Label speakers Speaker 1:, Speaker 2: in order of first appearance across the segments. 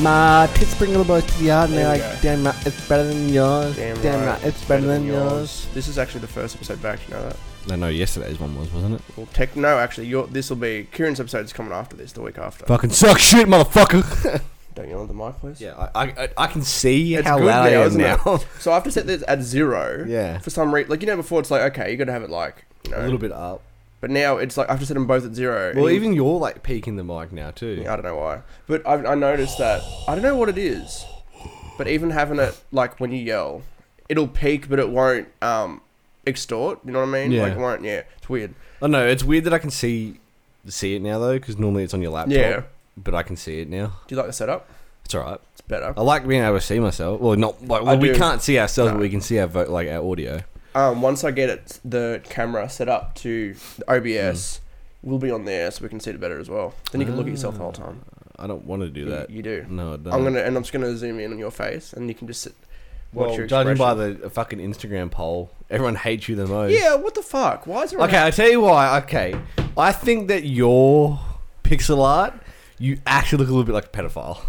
Speaker 1: My tits bring little boys to the yard, and
Speaker 2: There
Speaker 1: they're
Speaker 2: we
Speaker 1: like,
Speaker 2: go.
Speaker 1: "Damn right, it's better than yours.
Speaker 2: Damn
Speaker 1: Damn,
Speaker 2: right,
Speaker 1: right, it's better, than, yours."
Speaker 2: This is actually the first episode back. You know that.
Speaker 3: I know yesterday's one was, wasn't it?
Speaker 2: Well, tech. No, actually, your this will be Kieran's episode's coming after this, the week after.
Speaker 3: Fucking suck shit, motherfucker.
Speaker 2: Don't yell at the mic, please.
Speaker 3: yeah, I, I, I can see
Speaker 2: It's
Speaker 3: how
Speaker 2: good
Speaker 3: loud
Speaker 2: now,
Speaker 3: I am
Speaker 2: isn't it?
Speaker 3: now.
Speaker 2: So I have to set this at zero.
Speaker 3: yeah,
Speaker 2: For some reason, like you know, before it's like okay, you got to have it like you know,
Speaker 3: a little bit up.
Speaker 2: But now it's like I have to set them both at zero.
Speaker 3: Well,
Speaker 2: And-
Speaker 3: even you're like peeking the mic now too.
Speaker 2: I don't know why, but I've, I noticed that I don't know what it is, but even having it like when you yell, it'll peak, but it won't um extort. You know what I mean?
Speaker 3: Yeah.
Speaker 2: Like it won't. Yeah, it's weird.
Speaker 3: I know it's weird that I can see see it now though, because normally it's on your laptop.
Speaker 2: Yeah.
Speaker 3: but I can see it now.
Speaker 2: Do you like the setup?
Speaker 3: It's alright.
Speaker 2: It's better.
Speaker 3: I like being able to see myself. Well, not like well,
Speaker 2: I
Speaker 3: we
Speaker 2: do.
Speaker 3: can't see ourselves,
Speaker 2: No.
Speaker 3: but we can see our vo- like our audio.
Speaker 2: Um, once I get it, the camera set up to the OBS.
Speaker 3: Mm.
Speaker 2: will be on there, so we can see it better as well. Then you can look at yourself the whole time.
Speaker 3: I don't want to Ah. do
Speaker 2: You-
Speaker 3: that.
Speaker 2: You, do.
Speaker 3: No, I don't.
Speaker 2: I'm gonna and I'm just gonna zoom in on your face, and you can just sit. Watch
Speaker 3: Well,
Speaker 2: your
Speaker 3: judging by
Speaker 2: expression.
Speaker 3: the fucking Instagram poll, everyone hates you the most.
Speaker 2: Yeah, what the fuck? Why is it?
Speaker 3: Okay, I tell you why. Okay, I think that your pixel art, you actually look a little bit like a pedophile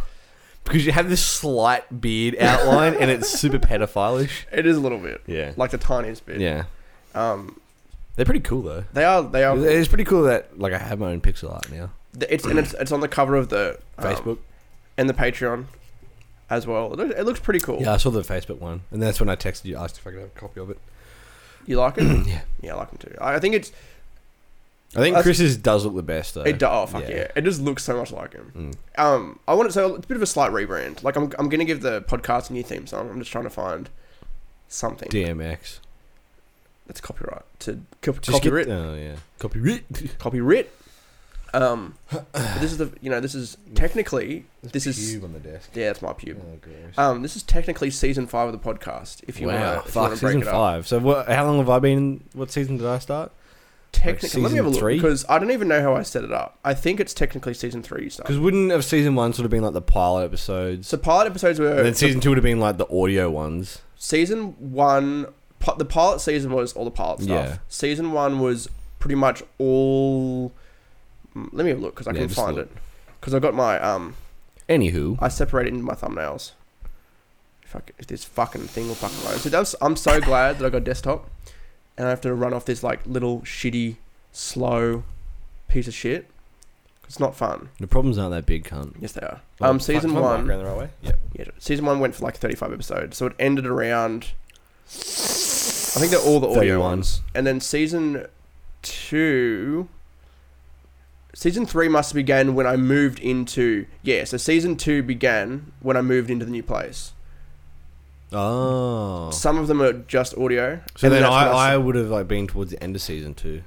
Speaker 3: because you have this slight beard outline and it's super pedophilish.
Speaker 2: It is a little bit.
Speaker 3: Yeah,
Speaker 2: Like the tiniest bit.
Speaker 3: yeah,
Speaker 2: Um,
Speaker 3: they're pretty cool though.
Speaker 2: they are. They are.
Speaker 3: It's pretty cool that like I have my own pixel art now.
Speaker 2: It's and it's, it's on the cover of the um,
Speaker 3: Facebook.
Speaker 2: and the Patreon as well. It, loo- it looks pretty cool.
Speaker 3: Yeah, I saw the Facebook one, and that's when I texted you, asked if I could have a copy of it.
Speaker 2: You like it?
Speaker 3: Yeah.
Speaker 2: Yeah, I like them too. I I think it's
Speaker 3: I think
Speaker 2: That's-
Speaker 3: Chris's does look the best though.
Speaker 2: it. do- Oh fuck yeah.
Speaker 3: yeah.
Speaker 2: It just looks so much like him.
Speaker 3: Mm.
Speaker 2: Um, I want to so it's a bit of a slight rebrand. Like I'm I'm gonna give the podcast a new theme song. I'm just trying to find something
Speaker 3: DMX.
Speaker 2: that's copyright to co-
Speaker 3: Just get-
Speaker 2: copyright
Speaker 3: oh yeah, copyright.
Speaker 2: copyright. Um, but this is the you know this is technically This is-
Speaker 3: cube on the desk.
Speaker 2: yeah it's my pube.
Speaker 3: Oh, gross.
Speaker 2: Um, this is technically season five of the podcast. If you
Speaker 3: wow,
Speaker 2: want to
Speaker 3: fuck,
Speaker 2: break
Speaker 3: season
Speaker 2: it up. Uh,
Speaker 3: five. So what? How long have I been? in- What season did I start?
Speaker 2: Technically, let me
Speaker 3: season
Speaker 2: have a look
Speaker 3: three?
Speaker 2: because I don't even know how I set it up. I think it's technically season three.
Speaker 3: Because
Speaker 2: Stuff.
Speaker 3: wouldn't have season one sort of been like the pilot episodes,
Speaker 2: So pilot episodes were
Speaker 3: and then season two would have been like the audio ones.
Speaker 2: season one. pi- The pilot season was all the pilot stuff.
Speaker 3: Yeah.
Speaker 2: Season one was pretty much all. Mm, Let me have a look because I
Speaker 3: Yeah,
Speaker 2: can
Speaker 3: just
Speaker 2: find
Speaker 3: look.
Speaker 2: it. Because I got my um,
Speaker 3: Anywho,
Speaker 2: I separate it into my thumbnails. If, I c if this fucking thing will fucking load. So that's, I'm so glad that I got desktop, and I have to run off this like little shitty, slow, piece of shit. It's not fun.
Speaker 3: the problems aren't that big, cunt.
Speaker 2: Yes, they are.
Speaker 3: Oh,
Speaker 2: Um,
Speaker 3: fuck,
Speaker 2: season
Speaker 3: my mic
Speaker 2: one.
Speaker 3: ran the right way. Yep.
Speaker 2: Yeah, season one went for like thirty-five episodes, so it ended around. I think they're all the audio
Speaker 3: 31.
Speaker 2: ones, and then season two. Season three must began when I moved into yeah. So season two began when I moved into the new place.
Speaker 3: Oh, so,
Speaker 2: Some of them are just audio. and
Speaker 3: then
Speaker 2: that's when
Speaker 3: I, I
Speaker 2: s-
Speaker 3: would have like been towards the end of season two,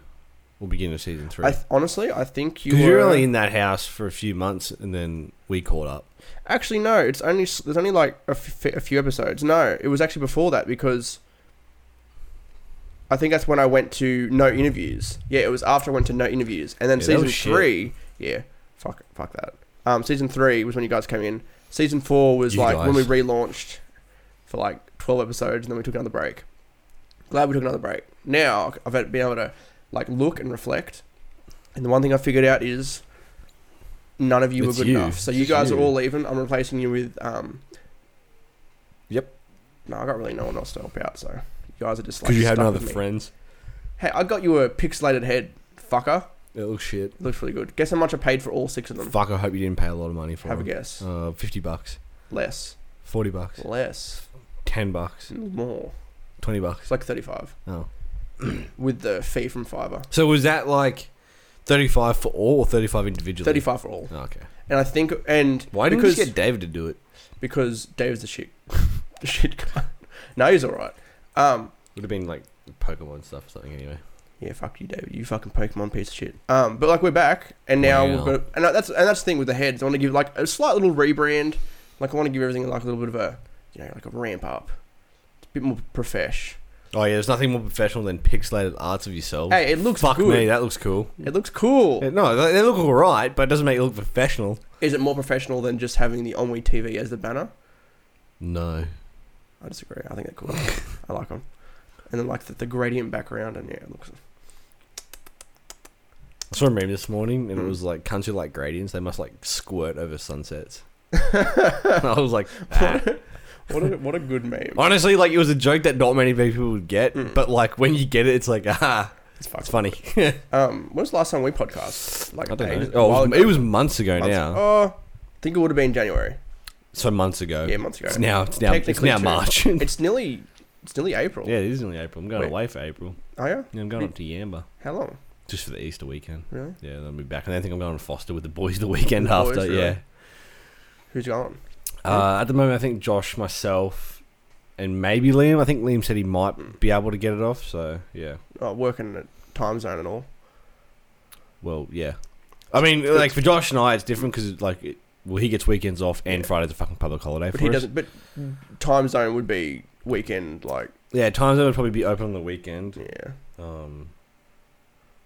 Speaker 3: or beginning of season three.
Speaker 2: I th- honestly I think you
Speaker 3: Because you
Speaker 2: were
Speaker 3: were only in that house for a few months, and then we caught up.
Speaker 2: actually no. It's only s- there's only like a, f- a few episodes. No, it was actually before that because I think that's when I went to no interviews. Yeah, it was after I went to no interviews, and then
Speaker 3: Yeah, that
Speaker 2: season
Speaker 3: was shit.
Speaker 2: three. Yeah, fuck, fuck that. Um, season three was when you guys came in. Season four was
Speaker 3: You
Speaker 2: like when we
Speaker 3: guys.
Speaker 2: relaunched for like twelve episodes, and then we took another break. Glad we took another break. Now I've had- been able to like look and reflect, and the one thing I figured out is none of you
Speaker 3: It's
Speaker 2: were good
Speaker 3: you.
Speaker 2: enough. So you
Speaker 3: It's
Speaker 2: guys
Speaker 3: you.
Speaker 2: are all leaving. I'm replacing you with um.
Speaker 3: Yep.
Speaker 2: No, I got really no one else to help out, so you guys are just like.
Speaker 3: Because you had
Speaker 2: stuck
Speaker 3: no other
Speaker 2: with me.
Speaker 3: friends.
Speaker 2: Hey, I got you a pixelated head, fucker.
Speaker 3: It looks shit.
Speaker 2: It looks really good. Guess how much I paid for all six of them?
Speaker 3: Fuck! I hope you didn't pay a lot of money for
Speaker 2: Have a
Speaker 3: them.
Speaker 2: guess.
Speaker 3: Uh, fifty bucks,
Speaker 2: Less.
Speaker 3: forty bucks,
Speaker 2: Less.
Speaker 3: ten bucks,
Speaker 2: More.
Speaker 3: twenty bucks.
Speaker 2: It's like 35.
Speaker 3: Oh.
Speaker 2: With the fee from Fiverr.
Speaker 3: So was that like thirty-five for all or thirty-five individually?
Speaker 2: 35 for all.
Speaker 3: Oh, okay.
Speaker 2: And I think, and
Speaker 3: Why didn't
Speaker 2: because,
Speaker 3: you get David to do it?
Speaker 2: because Dave's the shit. the shit guy. No, he's alright. Um,
Speaker 3: Would have been like Pokemon stuff or something anyway.
Speaker 2: Yeah, fuck you, David. You fucking Pokemon piece of shit. Um, but like we're back, and now
Speaker 3: Wow.
Speaker 2: we've got, and that's and that's the thing with the heads. I want to give like a slight little rebrand. Like I want to give everything like a little bit of a, you know, like a ramp up. It's a bit more profesh.
Speaker 3: Oh yeah, there's nothing more professional than pixelated arts of yourself.
Speaker 2: Hey, it looks
Speaker 3: Fuck
Speaker 2: good.
Speaker 3: me, that looks cool.
Speaker 2: It looks cool.
Speaker 3: Yeah, No, they they look alright, but it doesn't make it look professional.
Speaker 2: Is it more professional than just having the Onwe TV as the banner?
Speaker 3: No.
Speaker 2: I disagree. I think they're cool. I like them. And then like the, the gradient background, and yeah, it looks.
Speaker 3: I saw a meme this morning and it
Speaker 2: Hmm.
Speaker 3: was like cunts who like gradients, they must like squirt over sunsets. I was like, "Nah."
Speaker 2: What a what a good meme.
Speaker 3: honestly, like it was a joke that not many people would get,
Speaker 2: Mm.
Speaker 3: but like when you get it, it's like, ah,
Speaker 2: It's fucked.
Speaker 3: it's funny.
Speaker 2: Um, when was the last time we podcast? Like
Speaker 3: I
Speaker 2: ages-
Speaker 3: don't know.
Speaker 2: a while
Speaker 3: Oh, it was,
Speaker 2: ago.
Speaker 3: it was months ago
Speaker 2: Months-
Speaker 3: now.
Speaker 2: Oh, I think it would have been January.
Speaker 3: So months ago.
Speaker 2: Yeah, months ago.
Speaker 3: Uh, It's now. It's now. It's
Speaker 2: Technically
Speaker 3: now
Speaker 2: true.
Speaker 3: March. yeah,
Speaker 2: It's nearly it's nearly April.
Speaker 3: it is only April. I'm going
Speaker 2: Wait.
Speaker 3: away for April.
Speaker 2: Oh yeah.
Speaker 3: Yeah, I'm going up to Yamba
Speaker 2: How long?
Speaker 3: just for the Easter weekend.
Speaker 2: Really?
Speaker 3: Yeah, then I'll be back. And then I think I'm going to Foster with the boys the weekend
Speaker 2: The
Speaker 3: after.
Speaker 2: boys, really?
Speaker 3: yeah.
Speaker 2: Who's gone?
Speaker 3: Uh, at the moment, I think Josh, myself, and maybe Liam. I think Liam said he might be able to get it off. So yeah.
Speaker 2: Oh, working at time zone and all.
Speaker 3: Well, yeah. I mean, like for Josh and I, it's different because like, it, well, he gets weekends off, and
Speaker 2: Yeah.
Speaker 3: Friday's a fucking public holiday for
Speaker 2: But he
Speaker 3: us.
Speaker 2: doesn't. But time zone would be weekend. Like
Speaker 3: Yeah, times would probably be open on the weekend.
Speaker 2: yeah.
Speaker 3: Um,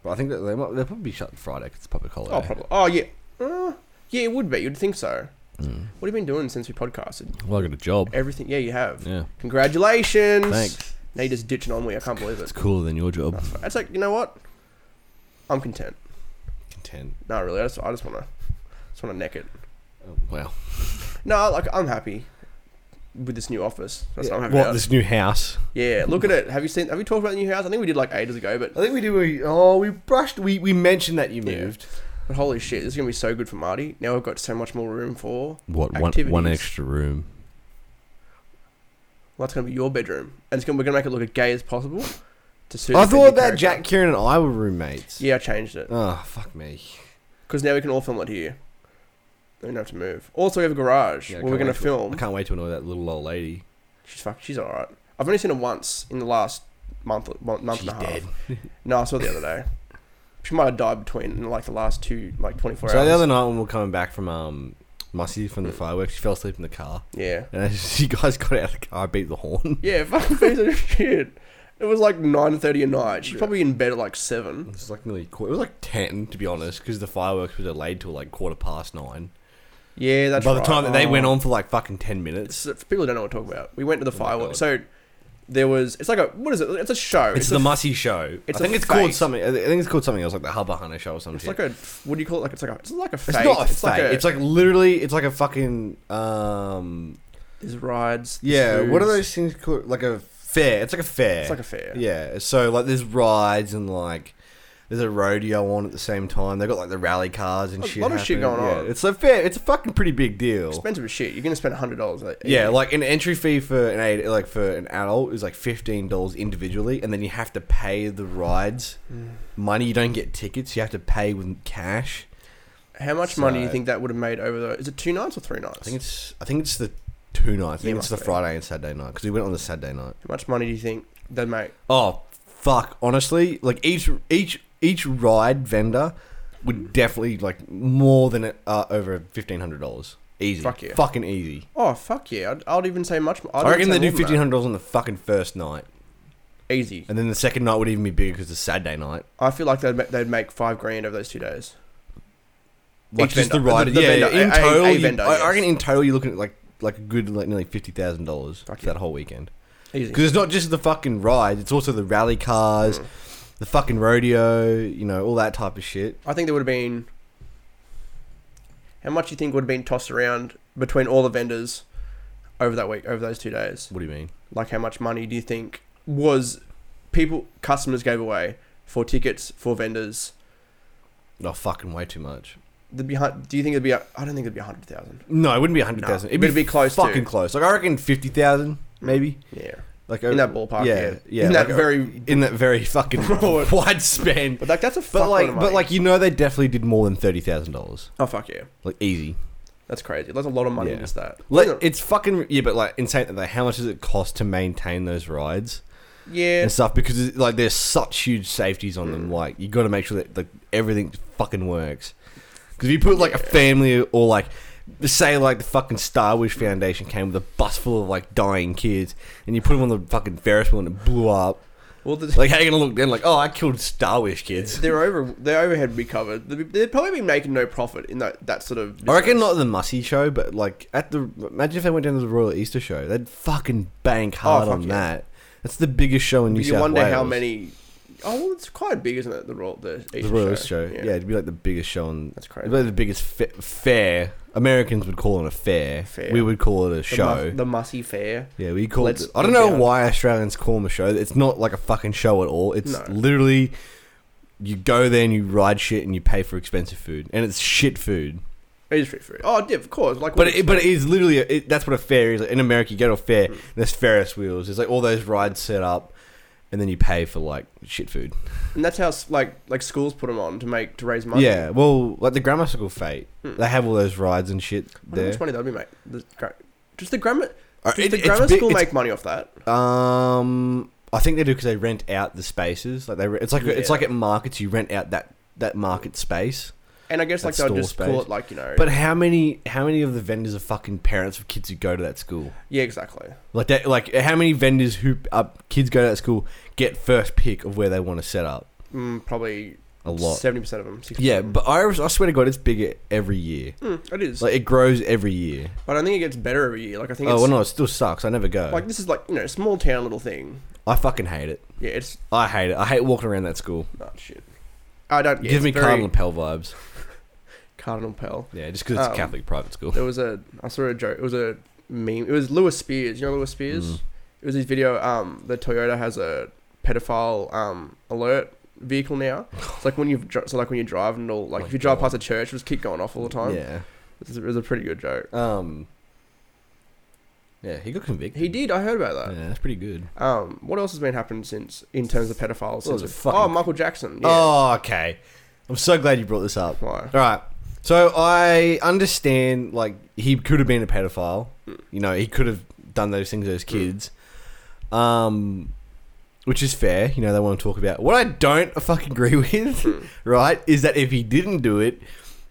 Speaker 3: but I think that they might they'll probably be shut Friday 'cause it's a public holiday.
Speaker 2: Oh probably. Oh yeah. Uh, yeah, it would be. You'd think so.
Speaker 3: Mm.
Speaker 2: What have you been doing since we podcasted?
Speaker 3: Well, I got a job.
Speaker 2: Everything. Yeah, you have.
Speaker 3: Yeah,
Speaker 2: Congratulations.
Speaker 3: thanks.
Speaker 2: Now you're just ditching on me. I can't believe
Speaker 3: It's
Speaker 2: it.
Speaker 3: cooler than your job.
Speaker 2: That's fine. It's like you know what? I'm content.
Speaker 3: Content.
Speaker 2: No, really. I just I just wanna just wanna neck it.
Speaker 3: Oh, wow.
Speaker 2: No, like I'm happy with this new office. That's what I'm happy
Speaker 3: what
Speaker 2: about.
Speaker 3: this new house?
Speaker 2: Yeah, look at it. Have you seen? Have we talked about the new house? I think we did like ages ago, but,
Speaker 3: I think we do. We, oh, we brushed. We we mentioned that you
Speaker 2: Yeah.
Speaker 3: moved.
Speaker 2: but holy shit, this is gonna be so good for Marty. Now I've got so much more room for.
Speaker 3: What one one
Speaker 2: Activities.
Speaker 3: extra room?
Speaker 2: Well, that's gonna be your bedroom, and it's gonna, we're gonna make it look as gay as possible. To suit.
Speaker 3: I
Speaker 2: the
Speaker 3: thought that
Speaker 2: character.
Speaker 3: Jack, Kieran, and I were roommates.
Speaker 2: Yeah, I changed it
Speaker 3: Oh fuck me.
Speaker 2: because now we can all film it here. We don't have to move. Also, we have a garage
Speaker 3: Yeah, I
Speaker 2: where
Speaker 3: can't
Speaker 2: we're gonna
Speaker 3: wait to- I
Speaker 2: film.
Speaker 3: can't wait to annoy that little old lady.
Speaker 2: She's fuck. She's all right. I've only seen her once in the last month, month month
Speaker 3: She's
Speaker 2: and a half.
Speaker 3: dead.
Speaker 2: No, I saw the other day. She might have died between in like the last two, like twenty four
Speaker 3: So
Speaker 2: hours.
Speaker 3: the other night when we were coming back from um, Mussy from the fireworks, she fell asleep in the car.
Speaker 2: yeah.
Speaker 3: And as you guys got out of the car, I beat the horn.
Speaker 2: Yeah, fucking piece of shit. It was like nine thirty at night. She's
Speaker 3: Yeah.
Speaker 2: probably in bed at like
Speaker 3: It
Speaker 2: seven.
Speaker 3: was like nearly qu- it was like ten to be honest, because the fireworks were delayed till like quarter past nine.
Speaker 2: Yeah, that's
Speaker 3: By the
Speaker 2: right.
Speaker 3: time that they went
Speaker 2: Oh.
Speaker 3: on for like fucking ten minutes,
Speaker 2: So, for people who don't know what we're talking about, we went to the
Speaker 3: Oh my
Speaker 2: fireworks. So
Speaker 3: God.
Speaker 2: there was. It's like a what is it? It's a show.
Speaker 3: it's,
Speaker 2: a
Speaker 3: the
Speaker 2: f-
Speaker 3: Mussy show.
Speaker 2: it's
Speaker 3: I think
Speaker 2: a
Speaker 3: it's called
Speaker 2: phase.
Speaker 3: something. I think it's called something else, like the Hubba Hunter show or something.
Speaker 2: It's like a what do you call it? Like it's like a it's like a
Speaker 3: It's
Speaker 2: fake.
Speaker 3: not a fake.
Speaker 2: Like
Speaker 3: it's like literally. It's like a fucking. Um.
Speaker 2: there's rides. there's
Speaker 3: Yeah. What are
Speaker 2: foods.
Speaker 3: those things called? Like a fair. It's like a fair.
Speaker 2: It's like a fair.
Speaker 3: yeah. So like, there's rides and like. There's a rodeo on at the same time. They have got like the rally cars and
Speaker 2: A
Speaker 3: shit.
Speaker 2: lot of shit
Speaker 3: happening.
Speaker 2: going on.
Speaker 3: Yeah, It's a fair. It's a fucking pretty big deal.
Speaker 2: Expensive as shit. You're gonna spend hundred dollars. Like,
Speaker 3: yeah, like an entry fee for an ad- like for an adult is like fifteen dollars individually, and then you have to pay the rides money. You don't get tickets. You have to pay with cash.
Speaker 2: How much money do you
Speaker 3: So-
Speaker 2: think that would have made over the? Is it two nights or three nights?
Speaker 3: I think it's I think it's the two nights. I
Speaker 2: Yeah,
Speaker 3: think
Speaker 2: must
Speaker 3: it's the
Speaker 2: be.
Speaker 3: Friday and Saturday night because we went on the Saturday night.
Speaker 2: How much money do you think they make?
Speaker 3: Oh fuck! Honestly, like each each each ride vendor would definitely like more than uh, over fifteen hundred dollars. Easy,
Speaker 2: Fuck yeah.
Speaker 3: fucking easy.
Speaker 2: Oh fuck yeah! I'd, I'd even say much. I'd
Speaker 3: I,
Speaker 2: even
Speaker 3: reckon
Speaker 2: say
Speaker 3: they
Speaker 2: more
Speaker 3: do
Speaker 2: than that.
Speaker 3: fifteen hundred dollars on the fucking first night,
Speaker 2: Easy.
Speaker 3: and then the second night would even be bigger because it's Saturday night.
Speaker 2: I feel like they'd, ma- they'd make five grand over those two days.
Speaker 3: Like
Speaker 2: Each
Speaker 3: just
Speaker 2: vendor-
Speaker 3: the ride,
Speaker 2: the- the
Speaker 3: yeah.
Speaker 2: vendor,
Speaker 3: in
Speaker 2: a- a-
Speaker 3: total,
Speaker 2: a
Speaker 3: you-
Speaker 2: vendor,
Speaker 3: I, I
Speaker 2: yes.
Speaker 3: reckon in total you're looking at like like a good like nearly fifty thousand dollars for
Speaker 2: Fuck
Speaker 3: that whole weekend.
Speaker 2: Easy.
Speaker 3: Because it's not just the fucking ride; it's also the rally cars,
Speaker 2: Mm.
Speaker 3: the fucking rodeo, you know, all that type of shit.
Speaker 2: I think there would have been. How much do you think would have been tossed around between all the vendors over that week, over those two days?
Speaker 3: What do you mean?
Speaker 2: Like, how much money do you think was people, customers gave away for tickets, for vendors?
Speaker 3: Oh, fucking way too much.
Speaker 2: There'd be, hun- do you think it'd be, a, I don't think it'd be 100,000.
Speaker 3: No, it wouldn't be a hundred
Speaker 2: No,
Speaker 3: thousand.
Speaker 2: but it'd be close to.
Speaker 3: fucking close. Like I reckon fifty thousand, maybe.
Speaker 2: Yeah.
Speaker 3: Like
Speaker 2: In
Speaker 3: uh,
Speaker 2: that ballpark, yeah.
Speaker 3: Yeah, yeah.
Speaker 2: In that
Speaker 3: like, uh,
Speaker 2: very.
Speaker 3: in that very fucking
Speaker 2: Broad.
Speaker 3: wide span.
Speaker 2: But like, that's a fuck
Speaker 3: But
Speaker 2: like,
Speaker 3: like, but like, you know, they definitely did more than thirty thousand dollars.
Speaker 2: Oh, fuck yeah.
Speaker 3: Like easy.
Speaker 2: That's crazy. That's a lot of money
Speaker 3: Yeah.
Speaker 2: just that.
Speaker 3: Like it's fucking yeah, but like insane. that they- How much does it cost to maintain those rides
Speaker 2: yeah.
Speaker 3: and stuff? Because it's- like there's such huge safeties on them.
Speaker 2: Mm.
Speaker 3: Like you got to make sure that like everything fucking works. Because if you put like a
Speaker 2: Yeah.
Speaker 3: family or like say like the fucking Star Wars Foundation came with a bus full of like dying kids and you put them on the fucking Ferris wheel and it blew up,
Speaker 2: Well, the,
Speaker 3: like how you gonna look then? Like oh, I killed Star Wars kids.
Speaker 2: Their over their overhead would be covered. They'd, be- they'd probably be making no profit in that that sort of.
Speaker 3: I reckon
Speaker 2: business.
Speaker 3: not the Mussy show, but like at the imagine if they went down to the Royal Easter show, they'd fucking bank hard
Speaker 2: Oh, fuck
Speaker 3: on
Speaker 2: yeah.
Speaker 3: that. That's the biggest show in New
Speaker 2: But you
Speaker 3: South
Speaker 2: wonder how
Speaker 3: Wales.
Speaker 2: many Oh, well, it's quite big, isn't it? The Royal, the,
Speaker 3: The
Speaker 2: Asian
Speaker 3: royal show. Yeah.
Speaker 2: yeah,
Speaker 3: it'd be like the biggest show on.
Speaker 2: that's crazy.
Speaker 3: It'd be like the biggest fa- fair. Americans would call it a fair.
Speaker 2: Fair.
Speaker 3: We would call it a
Speaker 2: The
Speaker 3: show.
Speaker 2: mu- the Mussy Fair.
Speaker 3: Yeah, we call
Speaker 2: Let's
Speaker 3: it. I don't
Speaker 2: look
Speaker 3: know
Speaker 2: out.
Speaker 3: why Australians call them a show. It's not like a fucking show at all. It's
Speaker 2: No.
Speaker 3: literally you go there and you ride shit and you pay for expensive food and it's shit food.
Speaker 2: It is free food. Oh, yeah, of course. Like,
Speaker 3: But
Speaker 2: what-
Speaker 3: it, but it is literally it, that's what a fair is. Like, in America, you go to a fair.
Speaker 2: Mm.
Speaker 3: There's Ferris wheels. There's like all those rides set up, and then you pay for like shit food.
Speaker 2: and that's how s- like like schools put them on to make to raise money.
Speaker 3: Yeah, well, like the grammar school fete,
Speaker 2: Hmm.
Speaker 3: they have all those rides and shit
Speaker 2: I wonder how
Speaker 3: there.
Speaker 2: much money that'd be, mate. The, gra- just the grammar.
Speaker 3: Uh,
Speaker 2: Does
Speaker 3: it-
Speaker 2: the
Speaker 3: it's
Speaker 2: grammar
Speaker 3: big-
Speaker 2: school
Speaker 3: it's-
Speaker 2: make money off that?
Speaker 3: Um, I think they do because they rent out the spaces. Like they, re- it's like it's
Speaker 2: Yeah.
Speaker 3: like at markets you rent out that that market space.
Speaker 2: And I guess like
Speaker 3: That's
Speaker 2: they would
Speaker 3: store
Speaker 2: just call
Speaker 3: space.
Speaker 2: it like you know.
Speaker 3: But how many how many of the vendors are fucking parents of kids who go to that school?
Speaker 2: yeah, exactly.
Speaker 3: Like that, like how many vendors who uh, kids go to that school get first pick of where they want to set up?
Speaker 2: Mm, probably
Speaker 3: A lot.
Speaker 2: seventy percent of them. 60%
Speaker 3: Yeah,
Speaker 2: of 'em.
Speaker 3: but I, I swear to God, it's bigger every year.
Speaker 2: Mm, it is.
Speaker 3: Like it grows every year.
Speaker 2: but I don't think it gets better every year. Like I think
Speaker 3: Oh
Speaker 2: it's
Speaker 3: well, no, it still sucks. I never go.
Speaker 2: like this is like you know small town little thing.
Speaker 3: I fucking hate it.
Speaker 2: Yeah, it's
Speaker 3: I hate it. I hate walking around that school.
Speaker 2: not shit. I don't yeah,
Speaker 3: Give
Speaker 2: it's
Speaker 3: me
Speaker 2: very
Speaker 3: Cardinal Pell vibes.
Speaker 2: Cardinal Pell.
Speaker 3: Yeah, just because it's
Speaker 2: Um,
Speaker 3: a Catholic private school.
Speaker 2: There was a I saw a joke. It was a meme. It was Lewis Spears. You know Lewis Spears.
Speaker 3: Mm.
Speaker 2: It was his video. Um, the Toyota has a pedophile um alert vehicle now. It's like when you dri- so like when you drive and all like
Speaker 3: Oh My
Speaker 2: if you drive
Speaker 3: God.
Speaker 2: past a church, it'll just keep going off all the time.
Speaker 3: Yeah.
Speaker 2: It was, a, it was a pretty good joke.
Speaker 3: Um. Yeah, he got convicted.
Speaker 2: He did. I heard about
Speaker 3: Yeah,
Speaker 2: that.
Speaker 3: that's pretty good.
Speaker 2: Um, what else has been happening since in terms of pedophiles?
Speaker 3: Well,
Speaker 2: Since
Speaker 3: it was a
Speaker 2: oh,
Speaker 3: fucking-
Speaker 2: Michael Jackson. Yeah.
Speaker 3: Oh, okay. I'm so glad you brought this up.
Speaker 2: Why?
Speaker 3: All right. So I understand, like, he could have been a pedophile.
Speaker 2: Mm.
Speaker 3: You know, he could have done those things to those kids. Um, which is fair. You know, they want to talk about. What I don't fucking agree with,
Speaker 2: Mm.
Speaker 3: right, is that if he didn't do it,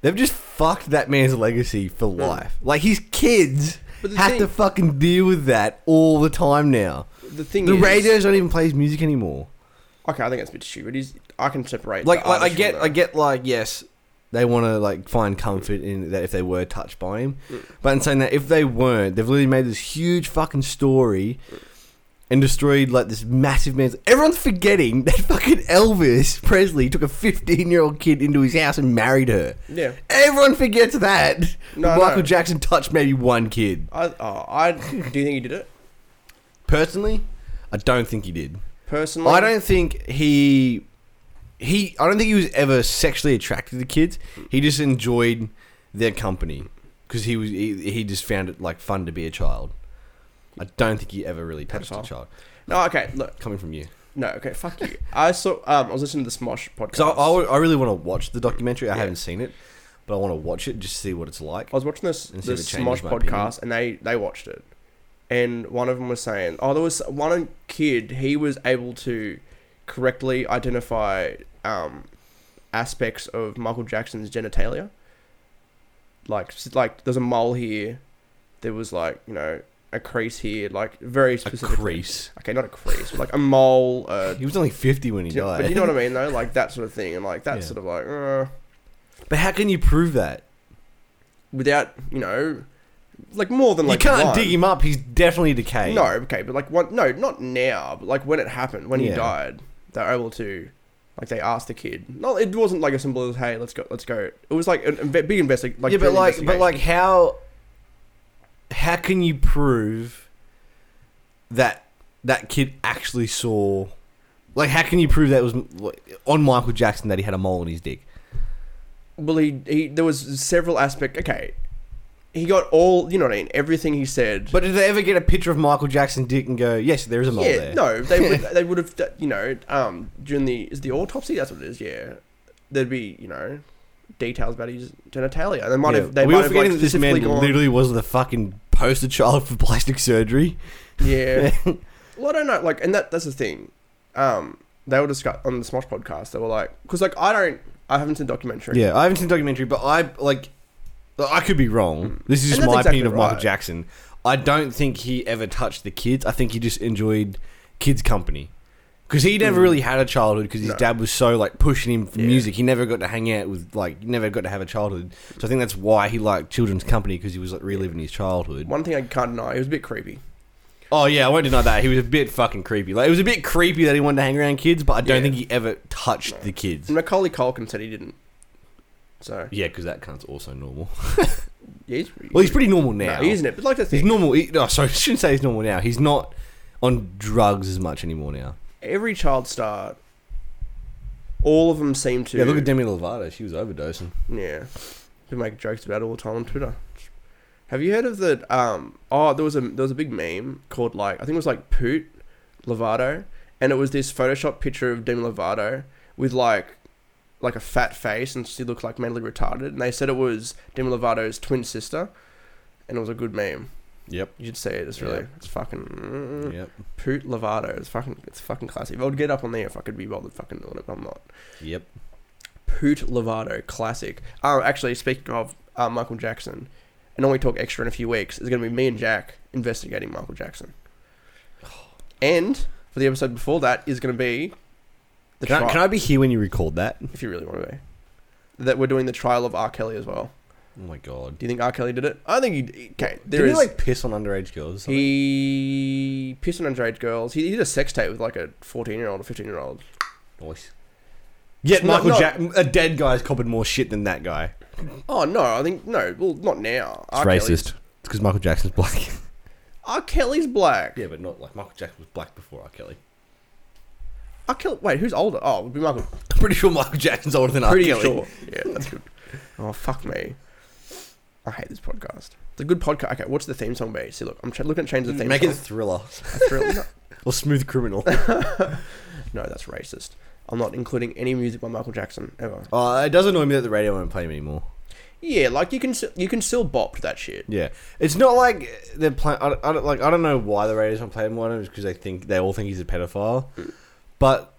Speaker 3: they've just fucked that man's legacy for
Speaker 2: Mm.
Speaker 3: life. Like, his kids
Speaker 2: But the
Speaker 3: have
Speaker 2: thing,
Speaker 3: to fucking deal with that all the time now.
Speaker 2: the thing
Speaker 3: The
Speaker 2: is,
Speaker 3: radios don't even play his music anymore.
Speaker 2: Okay, I think that's a bit stupid. He's, I can separate.
Speaker 3: like,
Speaker 2: the
Speaker 3: like I
Speaker 2: artist from
Speaker 3: get
Speaker 2: the-
Speaker 3: I get like yes they want to like find comfort in that if they were touched by him
Speaker 2: Mm.
Speaker 3: but in saying that if they weren't they've literally made this huge fucking story and destroyed like this massive man's everyone's forgetting that fucking Elvis Presley took a 15 year old kid into his house and married her
Speaker 2: yeah.
Speaker 3: everyone forgets that
Speaker 2: No,
Speaker 3: Michael
Speaker 2: no.
Speaker 3: Jackson touched maybe one kid
Speaker 2: I, oh, I do you think he did it
Speaker 3: personally I don't think he did
Speaker 2: personally?
Speaker 3: I don't think he he I don't think he was ever sexually attracted to kids. He just enjoyed their company because he was he, he just found it like fun to be a child. I don't think he ever really touched a
Speaker 2: Pedophile.
Speaker 3: child.
Speaker 2: No, okay, look,
Speaker 3: Coming from you,
Speaker 2: no, okay, fuck you. I saw. Um, I was listening to the Smosh podcast.
Speaker 3: because I, I, would- I really want to watch the documentary. I
Speaker 2: Yeah.
Speaker 3: haven't seen it, but I want to watch it just to see what it's like.
Speaker 2: I was watching this
Speaker 3: And
Speaker 2: the
Speaker 3: see if it changes
Speaker 2: Smosh
Speaker 3: my opinion.
Speaker 2: podcast, and they they watched it, and one of them was saying, oh, there was one kid he was able to correctly identify um aspects of Michael Jackson's genitalia. Like s- like there's a mole here, there was like you know a crease here, like very
Speaker 3: A
Speaker 2: specific.
Speaker 3: crease.
Speaker 2: Okay, not a crease, but like a mole. Uh,
Speaker 3: He was only fifty when he
Speaker 2: Yeah,
Speaker 3: died.
Speaker 2: But you know what I mean, though, like that sort of thing, and like that's
Speaker 3: Yeah.
Speaker 2: sort of like uh,
Speaker 3: But how can you prove that?
Speaker 2: without you know, like more than like
Speaker 3: you can't
Speaker 2: one.
Speaker 3: dig him up. He's definitely decayed.
Speaker 2: No, okay, but like one, no, not now, but like when it happened, when he
Speaker 3: Yeah.
Speaker 2: died, they were able to, like they asked the kid. No, it wasn't like as simple as hey, let's go, let's go. It was like a big investigation. Like,
Speaker 3: yeah, but
Speaker 2: drill
Speaker 3: like, but
Speaker 2: investigation.
Speaker 3: like, how how can you prove that that kid actually saw? Like, how can you prove that it was like, on Michael Jackson that he had a mole in his dick?
Speaker 2: well, he, he there was several aspect. Okay, he got all you know what I mean. Everything he said.
Speaker 3: But did they ever get a picture of Michael Jackson's dick and go, "Yes, there is a mole
Speaker 2: yeah,
Speaker 3: there"?
Speaker 2: no, they would they would have you know um during the is the autopsy that's what it is. Yeah, there'd be you know details about his genitalia. They might
Speaker 3: Yeah.
Speaker 2: have they
Speaker 3: Are we
Speaker 2: might
Speaker 3: all
Speaker 2: have
Speaker 3: forgetting
Speaker 2: like
Speaker 3: that this man
Speaker 2: specifically gone.
Speaker 3: literally was the fucking poster child for plastic surgery.
Speaker 2: Yeah. well, I don't know. Like, and that that's the thing. Um, they were discuss on the Smosh podcast. They were like, because like I don't, I haven't seen the documentary.
Speaker 3: Yeah, I haven't seen the documentary, but I like. I could be wrong. This is
Speaker 2: And
Speaker 3: just
Speaker 2: that's
Speaker 3: my opinion
Speaker 2: exactly
Speaker 3: of Michael
Speaker 2: right.
Speaker 3: Jackson. I don't think he ever touched the kids. I think he just enjoyed kids' company because he never
Speaker 2: Mm.
Speaker 3: really had a childhood because his
Speaker 2: No.
Speaker 3: dad was so like pushing him for
Speaker 2: Yeah.
Speaker 3: music. He never got to hang out with like he never got to have a childhood. So I think that's why he liked children's company because he was like reliving his childhood.
Speaker 2: One thing I can't deny, it was a bit creepy.
Speaker 3: Oh yeah, I won't deny that. He was a bit fucking creepy. Like it was a bit creepy that he wanted to hang around kids, but I don't
Speaker 2: Yeah.
Speaker 3: think he ever touched the kids.
Speaker 2: And Macaulay Culkin said he didn't. So
Speaker 3: Yeah, because that cunt's also normal.
Speaker 2: yeah, he's,
Speaker 3: Well, he's pretty normal now.
Speaker 2: No, he isn't it? But like that's
Speaker 3: He's
Speaker 2: thing.
Speaker 3: normal. He, no, sorry, I shouldn't say he's normal now. He's not on drugs as much anymore now.
Speaker 2: every child star, all of them seem to.
Speaker 3: Yeah, look at Demi Lovato. She was overdosing.
Speaker 2: Yeah. We make jokes about it all the time on Twitter. Have you heard of the um oh there was a there was a big meme called like I think it was like Poot Lovato and it was this Photoshop picture of Demi Lovato with like like a fat face and she looked like mentally retarded and they said it was Demi Lovato's twin sister and it was a good meme.
Speaker 3: Yep.
Speaker 2: You should see it, it's really it's fucking
Speaker 3: Yep.
Speaker 2: Poot Lovato. It's fucking it's fucking classic. If I would get up on there if I could be bothered fucking doing it, but I'm not.
Speaker 3: Yep.
Speaker 2: Poot Lovato classic. Um, actually, speaking of uh, Michael Jackson, and only talk extra in a few weeks, it's going to be me and Jack investigating Michael Jackson. And for the episode before that is going to be the
Speaker 3: Can I,
Speaker 2: trial,
Speaker 3: can I be here when you record that? Oh
Speaker 2: if you really want to be. That we're doing the trial of R. Kelly as well.
Speaker 3: Oh my god.
Speaker 2: Do you think R. Kelly did it? I think he. Okay,
Speaker 3: Did
Speaker 2: there
Speaker 3: he
Speaker 2: is.
Speaker 3: like piss on underage girls? Or something?
Speaker 2: he pissed on underage girls. He, he did a sex tape with like a fourteen-year-old or fifteen-year-old.
Speaker 3: Nice. Yet
Speaker 2: No,
Speaker 3: Michael
Speaker 2: no.
Speaker 3: Jack, a dead guy's copied more shit than that guy.
Speaker 2: Oh no, I think no. Well, not now.
Speaker 3: It's
Speaker 2: Kelly's-
Speaker 3: racist. It's because Michael Jackson's black.
Speaker 2: R. Kelly's black.
Speaker 3: yeah, but not like Michael Jackson was black before R. Kelly.
Speaker 2: R. Kelly. Wait, who's older? Oh, it would be Michael.
Speaker 3: I'm pretty sure Michael Jackson's older than R.
Speaker 2: Pretty
Speaker 3: Kelly.
Speaker 2: sure. Yeah, that's good. Oh fuck me. I hate this podcast. It's a good podcast. Okay, what's the theme song be? See, look, I'm try- looking to change the theme.
Speaker 3: Mm, Make it
Speaker 2: song.
Speaker 3: thriller
Speaker 2: A thrill- no,
Speaker 3: or smooth criminal.
Speaker 2: no, that's racist. I'm not including any music by Michael Jackson ever.
Speaker 3: uh, it does annoy me that the radio won't play him anymore.
Speaker 2: Yeah, like you can s- you can still bop to that shit.
Speaker 3: Yeah, it's not like they're playing. I, don't- I don't like. I don't know why the Raiders don't play him one. It's because they think they all think he's a pedophile. But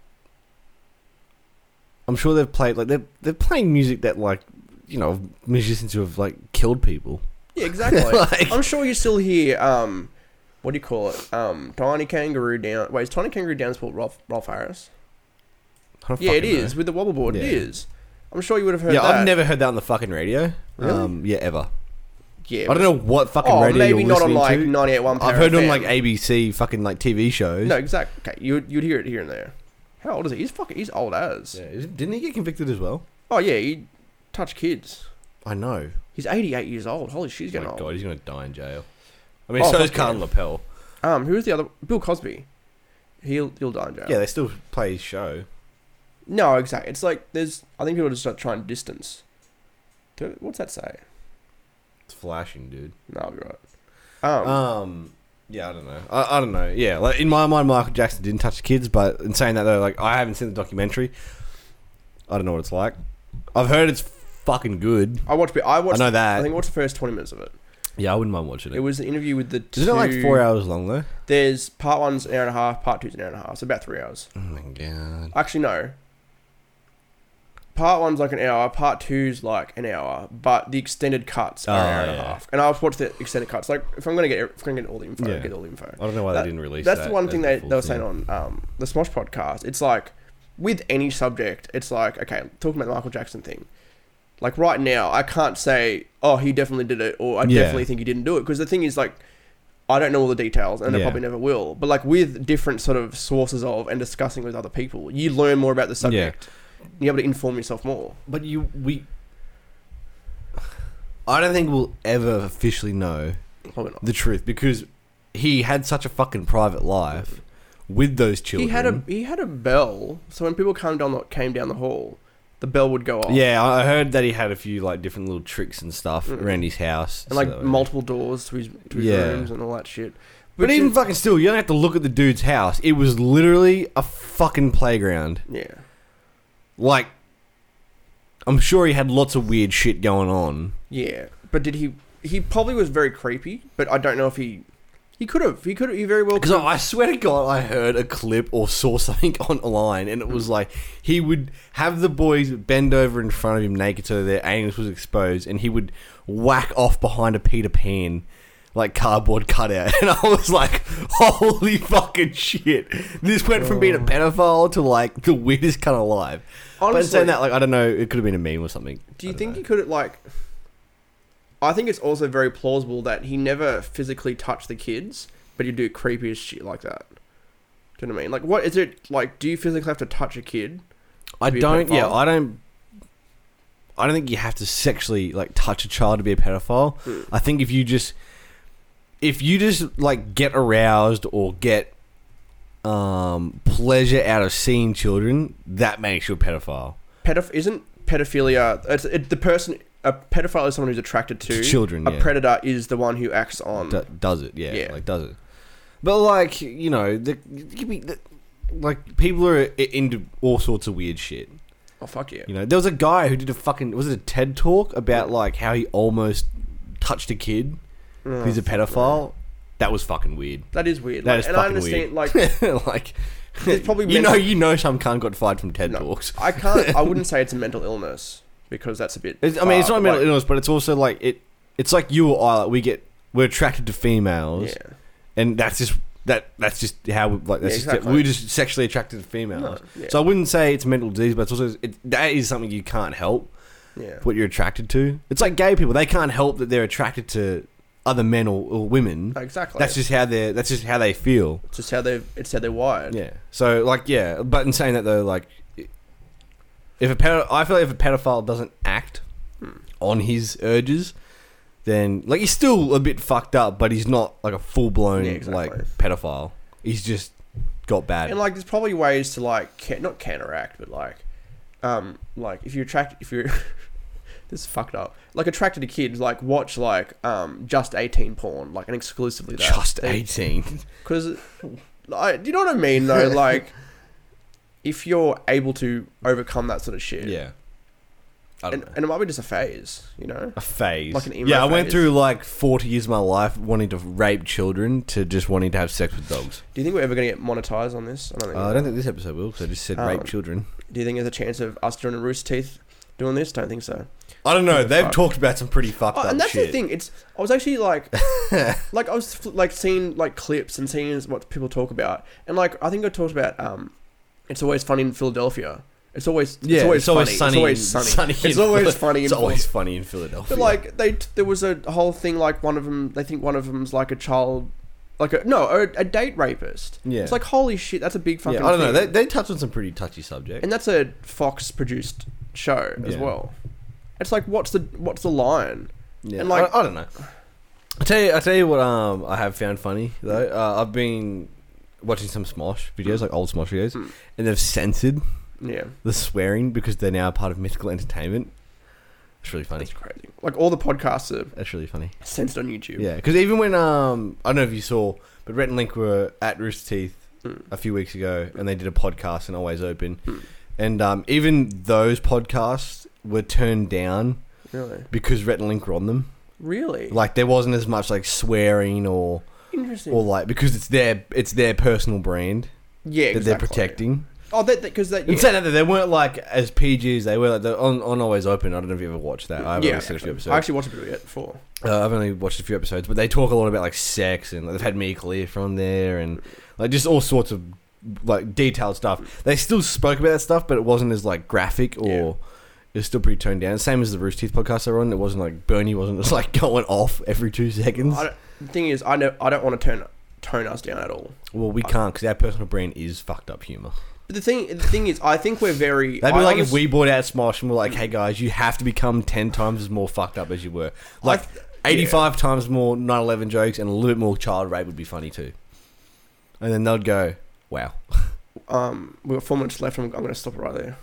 Speaker 3: I'm sure they've played like they're they're playing music that like you know musicians who have like killed people.
Speaker 2: Yeah, exactly.
Speaker 3: Like-
Speaker 2: I'm sure you still hear um, what do you call it? Um, Tiny Kangaroo Down. Wait, is Tiny Kangaroo Down spelled Rolf Rolf Harris?
Speaker 3: I don't
Speaker 2: Yeah, it
Speaker 3: Oh, fucking know.
Speaker 2: is with the wobble board. It
Speaker 3: Yeah.
Speaker 2: is. I'm sure you would have heard
Speaker 3: Yeah,
Speaker 2: that.
Speaker 3: I've never heard that on the fucking radio.
Speaker 2: Really?
Speaker 3: Um, yeah, ever.
Speaker 2: Yeah,
Speaker 3: I don't know what fucking
Speaker 2: Oh,
Speaker 3: radio
Speaker 2: maybe
Speaker 3: you're
Speaker 2: not on
Speaker 3: listening
Speaker 2: like
Speaker 3: to.
Speaker 2: 98.1
Speaker 3: I've heard it
Speaker 2: Power
Speaker 3: on
Speaker 2: FM.
Speaker 3: like ABC fucking like TV shows.
Speaker 2: No, exact. Okay, you you'd hear it here and there. How old is he? He's fucking. He's old as.
Speaker 3: Yeah, is- didn't he get convicted as well?
Speaker 2: Oh yeah, he touched kids.
Speaker 3: I know.
Speaker 2: He's 88 years old. Holy shit, he's getting
Speaker 3: Oh my
Speaker 2: old.
Speaker 3: god, he's gonna die in jail. I mean,
Speaker 2: Oh,
Speaker 3: so is
Speaker 2: fuck
Speaker 3: Carl
Speaker 2: yeah.
Speaker 3: Lapel.
Speaker 2: Um, who was the other? Bill Cosby. He'll he'll die in jail.
Speaker 3: Yeah, they still play his show.
Speaker 2: No, exactly. It's like there's. I think people just start trying to distance. Do- What's that say?
Speaker 3: It's flashing, dude.
Speaker 2: No, you're right. Um,
Speaker 3: Um, yeah, I don't know. I, I don't know. Yeah, like in my mind, Michael Jackson didn't touch kids, but in saying that though, like I haven't seen the documentary. I don't know what it's like. I've heard it's fucking good.
Speaker 2: I watched. I
Speaker 3: I
Speaker 2: watched. I,
Speaker 3: know that.
Speaker 2: think I watched the first 20 minutes of it.
Speaker 3: yeah, I wouldn't mind watching it.
Speaker 2: It was an interview with the. Two,
Speaker 3: Isn't it like four hours long though?
Speaker 2: There's part one's an hour and a half. Part two's an hour and a half. So about three hours.
Speaker 3: Oh my god.
Speaker 2: Actually, no. Part one's like an hour. Part two's like an hour, but the extended cuts are an
Speaker 3: Oh,
Speaker 2: hour and
Speaker 3: yeah.
Speaker 2: a half. And I've watched the extended cuts. Like, if I'm gonna get, if I'm gonna get all the info,
Speaker 3: Yeah.
Speaker 2: get all the info.
Speaker 3: I don't know why
Speaker 2: That-
Speaker 3: they didn't release.
Speaker 2: That's
Speaker 3: that
Speaker 2: the one
Speaker 3: as
Speaker 2: thing
Speaker 3: the
Speaker 2: they,
Speaker 3: full
Speaker 2: they were saying on um, the Smosh podcast. It's like with any subject, it's like okay, talking about the Michael Jackson thing. Like right now, I can't say, oh, he definitely did it, or I
Speaker 3: Yeah.
Speaker 2: definitely think he didn't do it, because the thing is like. I don't know all the details, and I
Speaker 3: Yeah.
Speaker 2: probably never will. But like with different sort of sources of and discussing with other people, you learn more about the subject you're able to inform yourself more.
Speaker 3: But you, we. I don't think we'll ever officially know
Speaker 2: Probably not.
Speaker 3: the truth because he had such a fucking private life with those children.
Speaker 2: He had a he had a bell, so when people came down the came down the hall, the bell would go off.
Speaker 3: Yeah, I I heard that he had a few like different little tricks and stuff
Speaker 2: Mm.
Speaker 3: around his house,
Speaker 2: and like
Speaker 3: so-
Speaker 2: multiple doors to his, to his
Speaker 3: Yeah.
Speaker 2: rooms and all that shit.
Speaker 3: But
Speaker 2: Which
Speaker 3: even
Speaker 2: is-
Speaker 3: fucking still, you don't have to look at the dude's house. It was literally a fucking playground.
Speaker 2: yeah,
Speaker 3: Like, I'm sure he had lots of weird shit going on.
Speaker 2: yeah. But did he? He probably was very creepy, but I don't know if he he could have he could have he very well
Speaker 3: Because
Speaker 2: could
Speaker 3: I, I swear to God, I heard a clip or saw something online, and it was like he would have the boys bend over in front of him naked so their anus was exposed, and he would whack off behind a Peter Pan. Like cardboard cutout, and I was like, "Holy fucking shit!" This went from
Speaker 2: Oh.
Speaker 3: being a pedophile to like the weirdest kind of life. but in
Speaker 2: honestly.
Speaker 3: saying that, like, I don't know, it could have been a meme or something.
Speaker 2: do you
Speaker 3: I don't
Speaker 2: think
Speaker 3: know.
Speaker 2: he could have like? I think it's also very plausible that he never physically touched the kids, but you do creepy as shit like that. Do you know what I mean? Like, what is it like? Do you physically have to touch a kid?
Speaker 3: I
Speaker 2: to be a
Speaker 3: don't. Yeah,
Speaker 2: pedophile?
Speaker 3: I don't. I don't think you have to sexually like touch a child to be a pedophile.
Speaker 2: Mm.
Speaker 3: I think if you just, if you just like get aroused or get, um, pleasure out of seeing children, that makes you a pedophile
Speaker 2: Pedoph- isn't pedophilia? It's it, the person. A pedophile is someone who's attracted to.
Speaker 3: to children.
Speaker 2: a
Speaker 3: yeah.
Speaker 2: predator is the one who acts on.
Speaker 3: Do- does it? Yeah,
Speaker 2: Yeah.
Speaker 3: like does it? But like you know, the, you could be- the like people are i- into all sorts of weird shit.
Speaker 2: oh fuck yeah!
Speaker 3: You know, there was a guy who did a fucking was it a TED talk about like how he almost touched a kid.
Speaker 2: Oh,
Speaker 3: He's a
Speaker 2: fuck
Speaker 3: pedophile. That was fucking weird.
Speaker 2: That is weird.
Speaker 3: That
Speaker 2: like,
Speaker 3: is
Speaker 2: and I
Speaker 3: fucking
Speaker 2: understand, like,
Speaker 3: like,
Speaker 2: There's probably
Speaker 3: you
Speaker 2: men-
Speaker 3: know, you know, some cunt got fired from TED
Speaker 2: No.
Speaker 3: talks.
Speaker 2: I can't. I wouldn't say it's a mental illness because that's a bit.
Speaker 3: It's, I mean, it's
Speaker 2: far,
Speaker 3: not
Speaker 2: but,
Speaker 3: mental
Speaker 2: like,
Speaker 3: illness, but it's also like it. It's like you or I. Like, we get we're attracted to females,
Speaker 2: Yeah.
Speaker 3: and that's just that. That's just how we, like that's
Speaker 2: Yeah,
Speaker 3: just,
Speaker 2: exactly.
Speaker 3: we're just sexually attracted to females.
Speaker 2: No, yeah.
Speaker 3: So I wouldn't say it's mental disease, but it's also it, that is something you can't help.
Speaker 2: yeah.
Speaker 3: what you're attracted to. It's like gay people; they can't help that they're attracted to other men or, or women.
Speaker 2: Exactly.
Speaker 3: That's just how they are that's just how they feel.
Speaker 2: It's just how they. It's how they're wired.
Speaker 3: Yeah. So like yeah, but in saying that though, like if a pedo- I feel like if a pedophile doesn't act
Speaker 2: Hmm.
Speaker 3: on his urges, then like he's still a bit fucked up, but he's not like a full blown
Speaker 2: Yeah, exactly.
Speaker 3: like pedophile. He's just got bad.
Speaker 2: And like, there's probably ways to like ca- not counteract, but like, um, like if you attract, if you're this is fucked up, like attracted to kids, like watch like um just eighteen porn, like and exclusively that.
Speaker 3: just eighteen.
Speaker 2: because I do you know what I mean though, like. If you're able to overcome that sort of shit,
Speaker 3: Yeah. I don't
Speaker 2: and,
Speaker 3: know.
Speaker 2: and it might be just a phase, you know.
Speaker 3: A phase.
Speaker 2: Like an emo
Speaker 3: yeah, I went
Speaker 2: phase.
Speaker 3: through like 40 years of my life wanting to rape children to just wanting to have sex with dogs.
Speaker 2: Do you think we're ever going to get monetized on this? I don't think.
Speaker 3: Uh,
Speaker 2: we
Speaker 3: I
Speaker 2: will.
Speaker 3: don't think this episode will because I just said rape
Speaker 2: Um,
Speaker 3: children.
Speaker 2: Do you think there's a chance of us doing a Rooster Teeth doing this? Don't think so.
Speaker 3: I don't know. They've
Speaker 2: fuck?
Speaker 3: talked about some pretty fucked
Speaker 2: Oh,
Speaker 3: up
Speaker 2: and that's
Speaker 3: shit.
Speaker 2: the thing. It's I was actually like, like I was fl- like seeing like clips and seeing what people talk about, and like I think I talked about um, it's always funny in Philadelphia. It's always it's
Speaker 3: Yeah,
Speaker 2: always funny.
Speaker 3: sunny.
Speaker 2: It's always
Speaker 3: in-
Speaker 2: sunny.
Speaker 3: in
Speaker 2: it's always
Speaker 3: Phila-
Speaker 2: funny.
Speaker 3: It's
Speaker 2: in
Speaker 3: always funny in Philadelphia.
Speaker 2: But like they, there was a whole thing like one of them. They think one of them's like a child, like a no, a, a date rapist.
Speaker 3: Yeah.
Speaker 2: It's like holy shit, that's a big
Speaker 3: yeah,
Speaker 2: fucking.
Speaker 3: I don't know.
Speaker 2: thing.
Speaker 3: They, they touch on some pretty touchy subjects.
Speaker 2: and that's a Fox produced show as
Speaker 3: Yeah.
Speaker 2: well. It's like what's the what's the line?
Speaker 3: Yeah,
Speaker 2: and, like-
Speaker 3: I, I don't know. I tell you, I tell you what. Um, I have found funny though. Uh, I've been watching some Smosh videos, like old Smosh videos,
Speaker 2: Mm.
Speaker 3: and they've censored
Speaker 2: Yeah,
Speaker 3: the swearing because they're now part of mythical entertainment. It's really funny.
Speaker 2: that's crazy. Like all the podcasts are
Speaker 3: That's really funny.
Speaker 2: censored on YouTube.
Speaker 3: Yeah, because even when um, I don't know if you saw, but Rhett and Link were at Rooster Teeth
Speaker 2: Mm.
Speaker 3: a few weeks ago, and they did a podcast and Always Open,
Speaker 2: Mm.
Speaker 3: and um, even those podcasts were turned down
Speaker 2: Really,
Speaker 3: because Rhett and Link were on them.
Speaker 2: really
Speaker 3: Like there wasn't as much like swearing or
Speaker 2: interesting.
Speaker 3: or like because it's their it's their personal brand
Speaker 2: yeah,
Speaker 3: that
Speaker 2: exactly.
Speaker 3: they're protecting.
Speaker 2: Oh, that because that,
Speaker 3: And
Speaker 2: yeah.
Speaker 3: saying that they weren't like as PGs, they were like they're on, on Always Open. I don't know if you ever watched that. I've
Speaker 2: yeah.
Speaker 3: only seen a few episodes.
Speaker 2: I actually watched a bit of it before.
Speaker 3: Uh, I've only watched a few episodes, but they talk a lot about like sex and like, they've had me clear from there and like just all sorts of like detailed stuff. They still spoke about that stuff, but it wasn't as like graphic or
Speaker 2: Yeah.
Speaker 3: it was still pretty toned down. Same as the Rooster Teeth podcast they were on. It wasn't like Bernie wasn't just like going off every two seconds.
Speaker 2: I don't, the thing is, I know I don't want to turn tone us down at all.
Speaker 3: Well, we can't because our personal brand is fucked up humor.
Speaker 2: But the thing, the thing is, I think we're very.
Speaker 3: That'd be
Speaker 2: I
Speaker 3: like if
Speaker 2: honest-
Speaker 3: we bought out Smosh and we're like, "Hey guys, you have to become ten times as more fucked up as you were."
Speaker 2: I
Speaker 3: Like
Speaker 2: th-
Speaker 3: eighty-five times more 9/11 jokes and a little bit more child rape would be funny too. And then they'd go, "Wow."
Speaker 2: Um, we've got four minutes left. I'm, I'm going to stop it right there.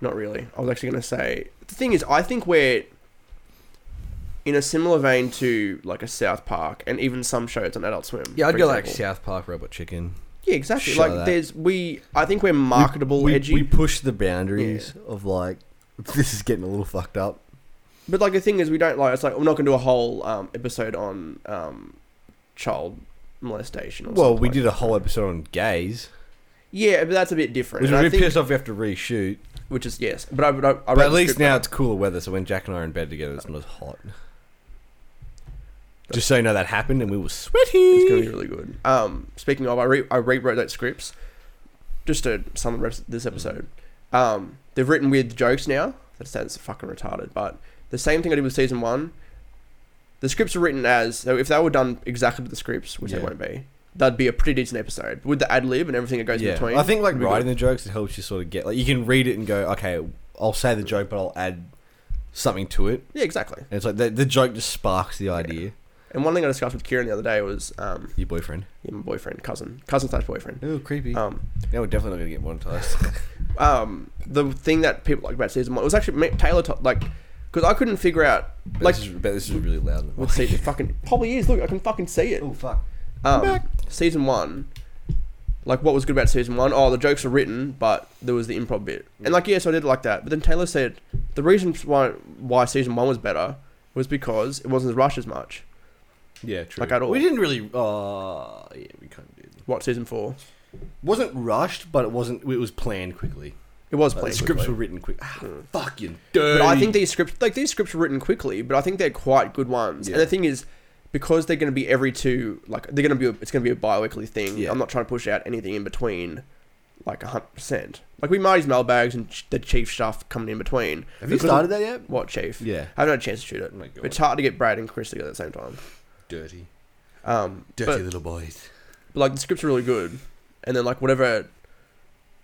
Speaker 2: Not really. I was actually going to say the thing is, I think we're in a similar vein to like a South Park and even some shows on Adult Swim.
Speaker 3: Yeah, I'd
Speaker 2: for
Speaker 3: go like
Speaker 2: example.
Speaker 3: South Park Robot Chicken.
Speaker 2: yeah, exactly.
Speaker 3: Show
Speaker 2: Like
Speaker 3: that.
Speaker 2: there's we. I think we're marketable,
Speaker 3: we,
Speaker 2: edgy.
Speaker 3: We push the boundaries of like this is getting a little fucked up.
Speaker 2: but like the thing is, we don't like. It's like we're not going to do a whole um, episode on um, child molestation. Or
Speaker 3: Well,
Speaker 2: something
Speaker 3: we
Speaker 2: like
Speaker 3: did
Speaker 2: that.
Speaker 3: a whole episode on gays,
Speaker 2: Yeah, but that's a bit different.
Speaker 3: which
Speaker 2: And
Speaker 3: we're
Speaker 2: I think-
Speaker 3: pissed off we have to reshoot.
Speaker 2: which is yes, but I, but I, I
Speaker 3: But
Speaker 2: wrote
Speaker 3: at
Speaker 2: the
Speaker 3: least
Speaker 2: script
Speaker 3: now
Speaker 2: down.
Speaker 3: it's cooler weather, so when Jack and I are in bed together, it's not as hot. Just so you know, that happened, and we were sweaty.
Speaker 2: It's gonna be really good. Um, speaking of, I re- I rewrote that scripts just to sum up this episode. Um, they've written weird jokes now. That sounds fucking retarded, but the same thing I did with season one. The scripts are written as so if they were done exactly to the scripts, which they
Speaker 3: Yeah.
Speaker 2: won't be, that'd be a pretty decent episode. With the ad lib and everything that goes in
Speaker 3: yeah.
Speaker 2: between,
Speaker 3: I think like
Speaker 2: it'd be
Speaker 3: writing
Speaker 2: good.
Speaker 3: the jokes it helps you sort of get like you can read it and go okay I'll say the joke but I'll add something to it
Speaker 2: Yeah, exactly.
Speaker 3: and it's like the, the joke just sparks the idea
Speaker 2: And one thing I discussed with Kieran the other day was um,
Speaker 3: your boyfriend
Speaker 2: yeah, my boyfriend, cousin, cousin slash boyfriend.
Speaker 3: oh creepy
Speaker 2: Um,
Speaker 3: now we're definitely not gonna get monetized
Speaker 2: um, the thing that people like about season one it was actually me- Taylor to- like because I couldn't figure out
Speaker 3: But
Speaker 2: like
Speaker 3: this is, but this is really loud
Speaker 2: what season fucking probably is. Look, I can fucking see it.
Speaker 3: oh fuck
Speaker 2: Um, season one, like what was good about season one? Oh, the jokes were written, but there was the improv bit. And like yes, I did like that. But then Taylor said the reason why why season one was better was because it wasn't as rushed as much.
Speaker 3: yeah true
Speaker 2: Like, at all.
Speaker 3: we didn't really uh yeah we kind of did
Speaker 2: What season four?
Speaker 3: wasn't rushed but it wasn't it was planned quickly
Speaker 2: It was
Speaker 3: Like, the
Speaker 2: planned.
Speaker 3: scripts
Speaker 2: quickly.
Speaker 3: were written quick ah,
Speaker 2: Mm.
Speaker 3: fucking dirty
Speaker 2: But I think these scripts, like these scripts, were written quickly. But I think they're quite good ones.
Speaker 3: Yeah.
Speaker 2: And the thing is, because they're going to be every two, like they're going to be, a, it's going to be a bi-weekly thing.
Speaker 3: Yeah.
Speaker 2: I'm not trying to push out anything in between, like hundred percent. Like we might use mailbags and ch- the chief stuff coming in between.
Speaker 3: have you
Speaker 2: Because-
Speaker 3: started that yet
Speaker 2: What chief?
Speaker 3: yeah
Speaker 2: I haven't had a chance to shoot it.
Speaker 3: oh my god
Speaker 2: It's hard to get Brad and Chris together at the same time.
Speaker 3: dirty
Speaker 2: Um,
Speaker 3: dirty
Speaker 2: but,
Speaker 3: little boys
Speaker 2: but, like the scripts are really good, and then like whatever, do you know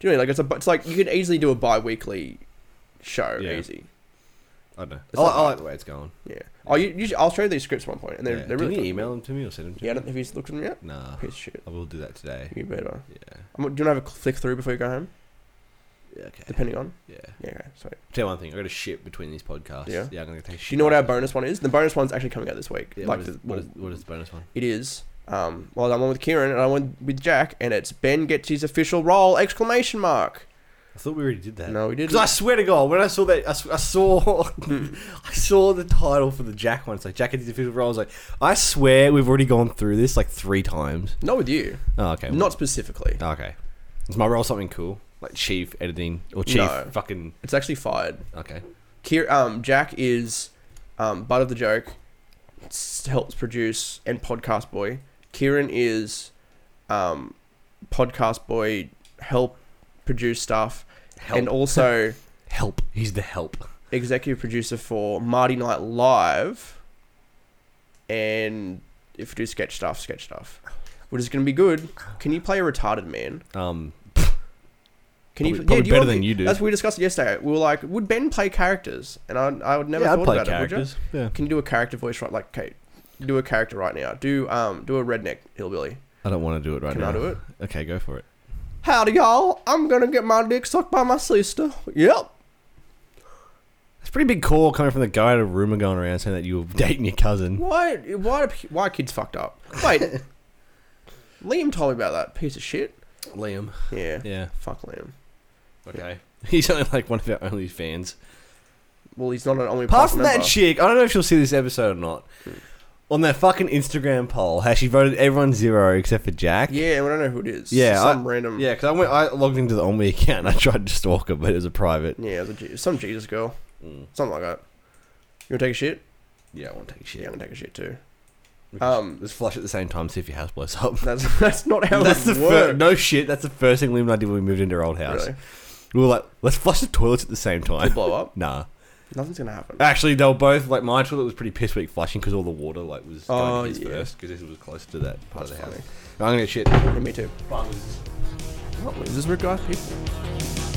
Speaker 2: what I mean? like it's a, it's like you could easily do a bi-weekly show
Speaker 3: Yeah.
Speaker 2: easy.
Speaker 3: I don't know
Speaker 2: It's
Speaker 3: I,
Speaker 2: not
Speaker 3: I
Speaker 2: bad.
Speaker 3: like the way it's going
Speaker 2: Yeah. Oh, you, you should- I'll show you these scripts at one point, and they're,
Speaker 3: yeah.
Speaker 2: they're
Speaker 3: Can
Speaker 2: really. fucking
Speaker 3: you email
Speaker 2: good.
Speaker 3: them to me or send them to
Speaker 2: Yeah, I
Speaker 3: me
Speaker 2: don't know if he's looked at them yet.
Speaker 3: nah
Speaker 2: Piece of shit.
Speaker 3: I will do that today
Speaker 2: You better.
Speaker 3: yeah
Speaker 2: Um, do you want to have a flick through before you go home?
Speaker 3: Yeah, okay.
Speaker 2: Depending on.
Speaker 3: Yeah.
Speaker 2: Yeah, okay, sweet.
Speaker 3: Tell you one thing, I got a shit between these podcasts.
Speaker 2: Yeah.
Speaker 3: Yeah, I'm gonna take.
Speaker 2: Do you know what our bonus one is? The bonus one's actually coming out this week.
Speaker 3: Yeah,
Speaker 2: like,
Speaker 3: what, is,
Speaker 2: the,
Speaker 3: what, is,
Speaker 2: well,
Speaker 3: what is the bonus one?
Speaker 2: it is. Um, well, I'm one with Kieran and I went with Jack, and it's Ben gets his official role! Exclamation mark.
Speaker 3: I thought we already did that.
Speaker 2: No, we
Speaker 3: Because I
Speaker 2: didn't.
Speaker 3: swear to God, when I saw that, I, s- I saw, I saw the title for the Jack one. It's like Jack and the official role. I was like, I swear we've already gone through this like three times.
Speaker 2: Not with you.
Speaker 3: Oh, okay.
Speaker 2: Not specifically.
Speaker 3: well, okay. Is my role something cool like chief editing or chief
Speaker 2: No.
Speaker 3: fucking?
Speaker 2: It's actually fired.
Speaker 3: Okay.
Speaker 2: Kier, um, Jack is um, butt of the joke, s- helps produce and podcast boy. Kieran is um, podcast boy, help produce stuff,
Speaker 3: Help.
Speaker 2: and also
Speaker 3: help. He's the help.
Speaker 2: executive producer for Marty Night Live, and if we do sketch stuff, sketch stuff, which is going to be good. Can you play a retarded man?
Speaker 3: Um,
Speaker 2: Can
Speaker 3: Probably-
Speaker 2: you
Speaker 3: probably
Speaker 2: do
Speaker 3: better
Speaker 2: wanna
Speaker 3: than
Speaker 2: be-
Speaker 3: you do.
Speaker 2: That's what we discussed yesterday. We were like, would Ben play characters? And I, I would never
Speaker 3: yeah, I'd
Speaker 2: thought
Speaker 3: play
Speaker 2: about it. Would you?
Speaker 3: characters. yeah.
Speaker 2: Can you do a character voice right? Like, okay, do a character right now. Do um, do a redneck hillbilly.
Speaker 3: I don't want to do it right
Speaker 2: Can
Speaker 3: now.
Speaker 2: I do it?
Speaker 3: Okay, go for it.
Speaker 2: Howdy, y'all. I'm gonna get my dick sucked by my sister. Yep.
Speaker 3: It's a pretty big call coming from the guy at a rumor going around saying that you were dating your cousin.
Speaker 2: Why? Why? do pe- Why are kids fucked up? Wait. Liam told me about that piece of shit.
Speaker 3: Liam.
Speaker 2: Yeah.
Speaker 3: Yeah.
Speaker 2: Fuck Liam.
Speaker 3: Okay. He's only like one of our only fans.
Speaker 2: Well, he's not an only. Plus
Speaker 3: Apart from
Speaker 2: member. Hmm.
Speaker 3: that chick, I don't know if she'll see this episode or not. On their fucking Instagram poll, how she voted everyone zero except for Jack.
Speaker 2: Yeah, and we don't know who it is.
Speaker 3: Yeah,
Speaker 2: Some
Speaker 3: I-
Speaker 2: random.
Speaker 3: Yeah, because I went, I logged into the Omni account. and I tried to stalk her, but it was a private.
Speaker 2: Yeah, it was a Je- some Jesus girl,
Speaker 3: Mm.
Speaker 2: something like that. You wanna take a shit?
Speaker 3: Yeah, I want to take shit.
Speaker 2: Yeah, I'm gonna take a shit too.
Speaker 3: We can-
Speaker 2: Um,
Speaker 3: let's flush at the same time, see if your house blows up.
Speaker 2: that's that's not how
Speaker 3: That's the
Speaker 2: it
Speaker 3: first.
Speaker 2: works.
Speaker 3: No shit. That's the first thing Liam and I did when we moved into our old house.
Speaker 2: Really,
Speaker 3: We were like, let's flush the toilets at the same
Speaker 2: It'll
Speaker 3: time.
Speaker 2: blow up.
Speaker 3: nah.
Speaker 2: Nothing's gonna happen.
Speaker 3: Actually, they were both like my toilet was pretty piss weak flushing because all the water like was
Speaker 2: Oh,
Speaker 3: going to his
Speaker 2: yeah.
Speaker 3: first because this was close to that part
Speaker 2: That's
Speaker 3: of the
Speaker 2: funny.
Speaker 3: house. I'm gonna shit.
Speaker 2: Yeah, me too. What is this weird guy? People.